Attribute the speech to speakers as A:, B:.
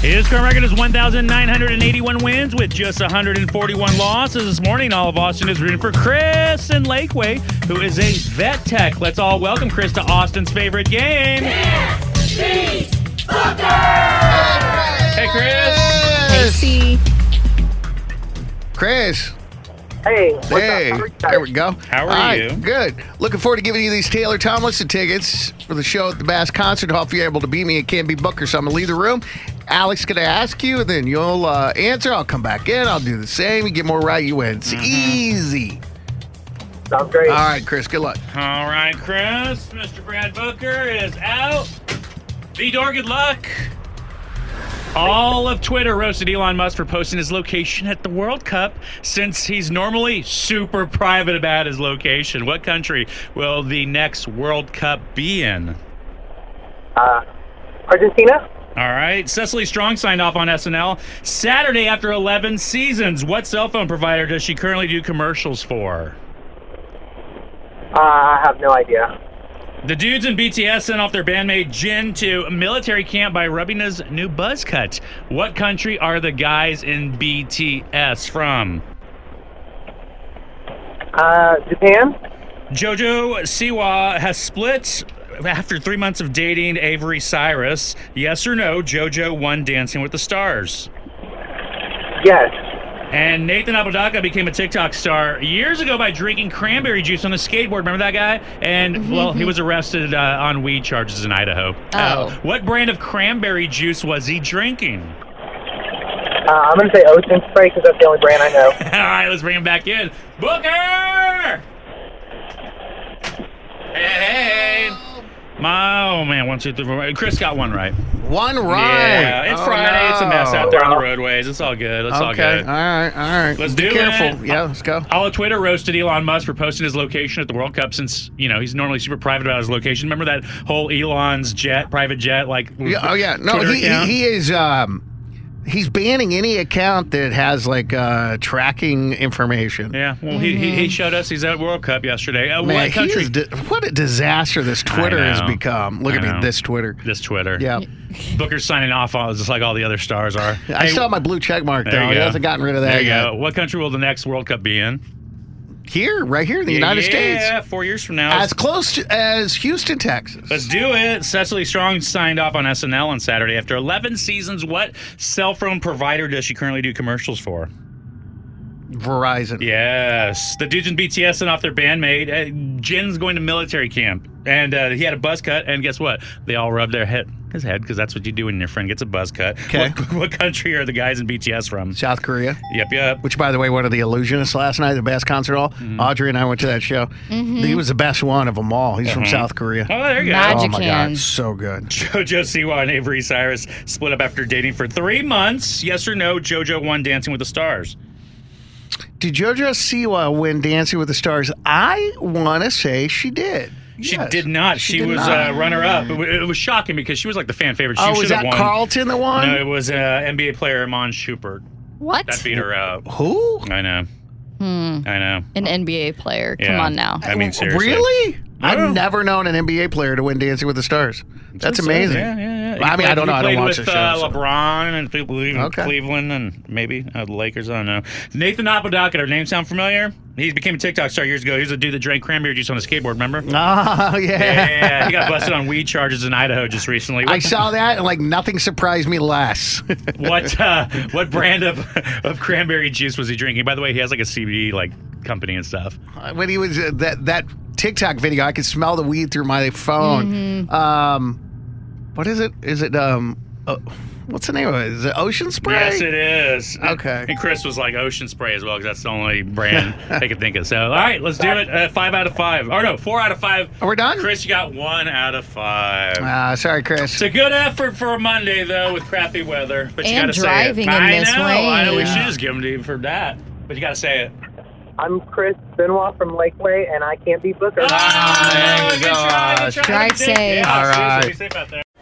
A: His current record is 1,981 wins with just 141 losses. This morning, all of Austin is rooting for Chris in Lakeway, who is a vet tech. Let's all welcome Chris to Austin's favorite game. Hey, Chris.
B: Casey.
C: Chris.
D: Hey, what's
C: Hey,
D: up? How are you guys?
C: there we go.
A: How are
C: All right,
A: you?
C: Good. Looking forward to giving you these Taylor Tomlinson tickets for the show at the Bass Concert Hall. If you're able to beat me, it can't be Booker, so I'm going to leave the room. Alex going to ask you, and then you'll uh, answer. I'll come back in. I'll do the same. You get more right, you win. It's
A: Mm-hmm.
C: easy.
D: Sounds great.
C: All right, Chris, good luck.
A: All right, Chris. Mr. Brad Booker is out. V Door, good luck. All of Twitter roasted Elon Musk for posting his location at the World Cup since he's normally super private about his location. What country will the next World Cup be in?
D: Uh, Argentina?
A: All right. Cecily Strong signed off on SNL Saturday after 11 seasons. What cell phone provider does she currently do commercials for?
D: Uh, I have no idea.
A: The dudes in BTS sent off their bandmate Jin to military camp by rubbing his new buzz cut. What country are the guys in BTS from?
D: Uh, Japan?
A: Jojo Siwa has split after three months of dating Avery Cyrus. Yes or no, Jojo won Dancing with the Stars.
D: Yes.
A: And Nathan Apodaca became a TikTok star years ago by drinking cranberry juice on a skateboard. Remember that guy? And, well, he was arrested uh, on weed charges in Idaho. Uh,
B: Oh.
A: what brand of cranberry juice was he drinking?
D: Uh, I'm going to say Ocean Spray because that's the only brand I know.
A: All right, let's bring him back in. Booker! Hey, hey, hey. My, oh, man, one, two, three, four. Chris got one right.
C: One right.
A: Yeah, it's
C: Oh,
A: Friday. It's a
C: no.
A: mess out there on the roadways. It's all good. It's all
C: Okay.
A: good.
C: All right. All right.
A: Let's
C: Be
A: do
C: careful.
A: it.
C: Yeah, let's go.
A: All of Twitter roasted Elon Musk for posting his location at the World Cup since, you know, he's normally super private about his location. Remember that whole Elon's jet, private jet, like.
C: Yeah, oh yeah. No,
A: Twitter
C: he, he
A: account?
C: he is um he's banning any account that has like uh tracking information.
A: Yeah, well, he, he, he showed us he's at World Cup yesterday. Uh,
C: Mm-hmm. Man,
A: what
C: he
A: country?
C: is di- what a disaster this Twitter has
A: know.
C: become. Look
A: I
C: at me,
A: know.
C: this Twitter.
A: this Twitter.
C: Yeah.
A: Booker's signing off on just like all the other stars are.
C: I still have my blue check mark
A: There
C: though.
A: you
C: He
A: go.
C: hasn't gotten rid of that
A: There you
C: yet.
A: go. What country will the next World Cup be in?
C: Here, right here in the United
A: yeah,
C: States.
A: four years from now.
C: As close to, as Houston, Texas.
A: Let's do it. Cecily Strong signed off on SNL on Saturday after 11 seasons. What cell phone provider does she currently do commercials for?
C: Verizon.
A: Yes. The dudes in BTS and off their bandmate. Uh, Jin's going to military camp. And uh, he had a buzz cut. And guess what? They all rubbed their head, his head, because that's what you do when your friend gets a buzz cut.
C: Okay.
A: What, what country are the guys in BTS from?
C: South Korea.
A: Yep, yep.
C: Which, by the way, one of the illusionists last night, the best concert hall.
A: Mm-hmm.
C: Audrey and I went to that show. He was the best one of them all. He's from South Korea.
A: Oh, there you go.
B: Nice.
C: Oh my
B: Magican.
C: god, so good.
A: JoJo Siwa and Avery Cyrus split up after dating for three months. Yes or no, JoJo won Dancing with the Stars.
C: Did JoJo Siwa win Dancing with the Stars? I want to say she did.
A: She
C: Yes.
A: did not. She,
C: did
A: was
C: not.
A: Uh, runner up. It, w- it was shocking because she was like the fan favorite. She
C: oh,
A: should
C: was
A: have
C: that
A: won.
C: Carlton the one?
A: No, it was uh, NBA player Amon Schubert.
B: What?
A: That beat her out.
C: Who?
A: I know.
C: Hmm.
A: I know.
B: An NBA player. Come
A: Yeah.
B: on now.
A: I mean, seriously.
C: Really?
A: Yeah.
C: I've never known an NBA player to win Dancing with the Stars. That's amazing.
A: Yeah, yeah, yeah.
C: I mean, I don't know. I don't
A: played
C: watch
A: with,
C: the show,
A: Uh,
C: so-
A: LeBron and people leaving
C: Okay.
A: Cleveland and maybe uh, the Lakers. I don't know. Nathan Apodaca. Her name sound familiar? He became a TikTok star years ago. He was a dude that drank cranberry juice on a skateboard. Remember?
C: Oh, yeah.
A: yeah, yeah, yeah. He got busted on weed charges in Idaho just recently.
C: I
A: What,
C: saw that and like nothing surprised me less.
A: what, uh, what brand of, of cranberry juice was he drinking? By the way, he has like a CBD like company and stuff.
C: when he was uh, that that TikTok video, I could smell the weed through my phone. Um, what is it? Is it um, Oh, what's the name of it? Is it Ocean Spray?
A: Yes, it is.
C: Okay.
A: And Chris was like Ocean Spray as well because that's the only brand they could think of. So, all right, let's do it. Uh, five out of five. Or no, four out of five.
C: Are we done?
A: Chris, you got one out of five.
C: Ah, sorry, Chris.
A: It's a good effort for a Monday though, with crappy weather. But you
B: And
A: got to say it.
B: driving in
A: I
B: this
A: know. I know. We
B: rain.
A: should just give them to you for that. But you got to say it.
D: I'm Chris Benoit from Lakeway, and I can't be Booker.
C: my
A: good try, good
C: gosh.
A: try.
B: Drive
A: Good dig.
B: safe.
A: Yeah,
C: All
A: seriously,
C: right.
A: be safe out there.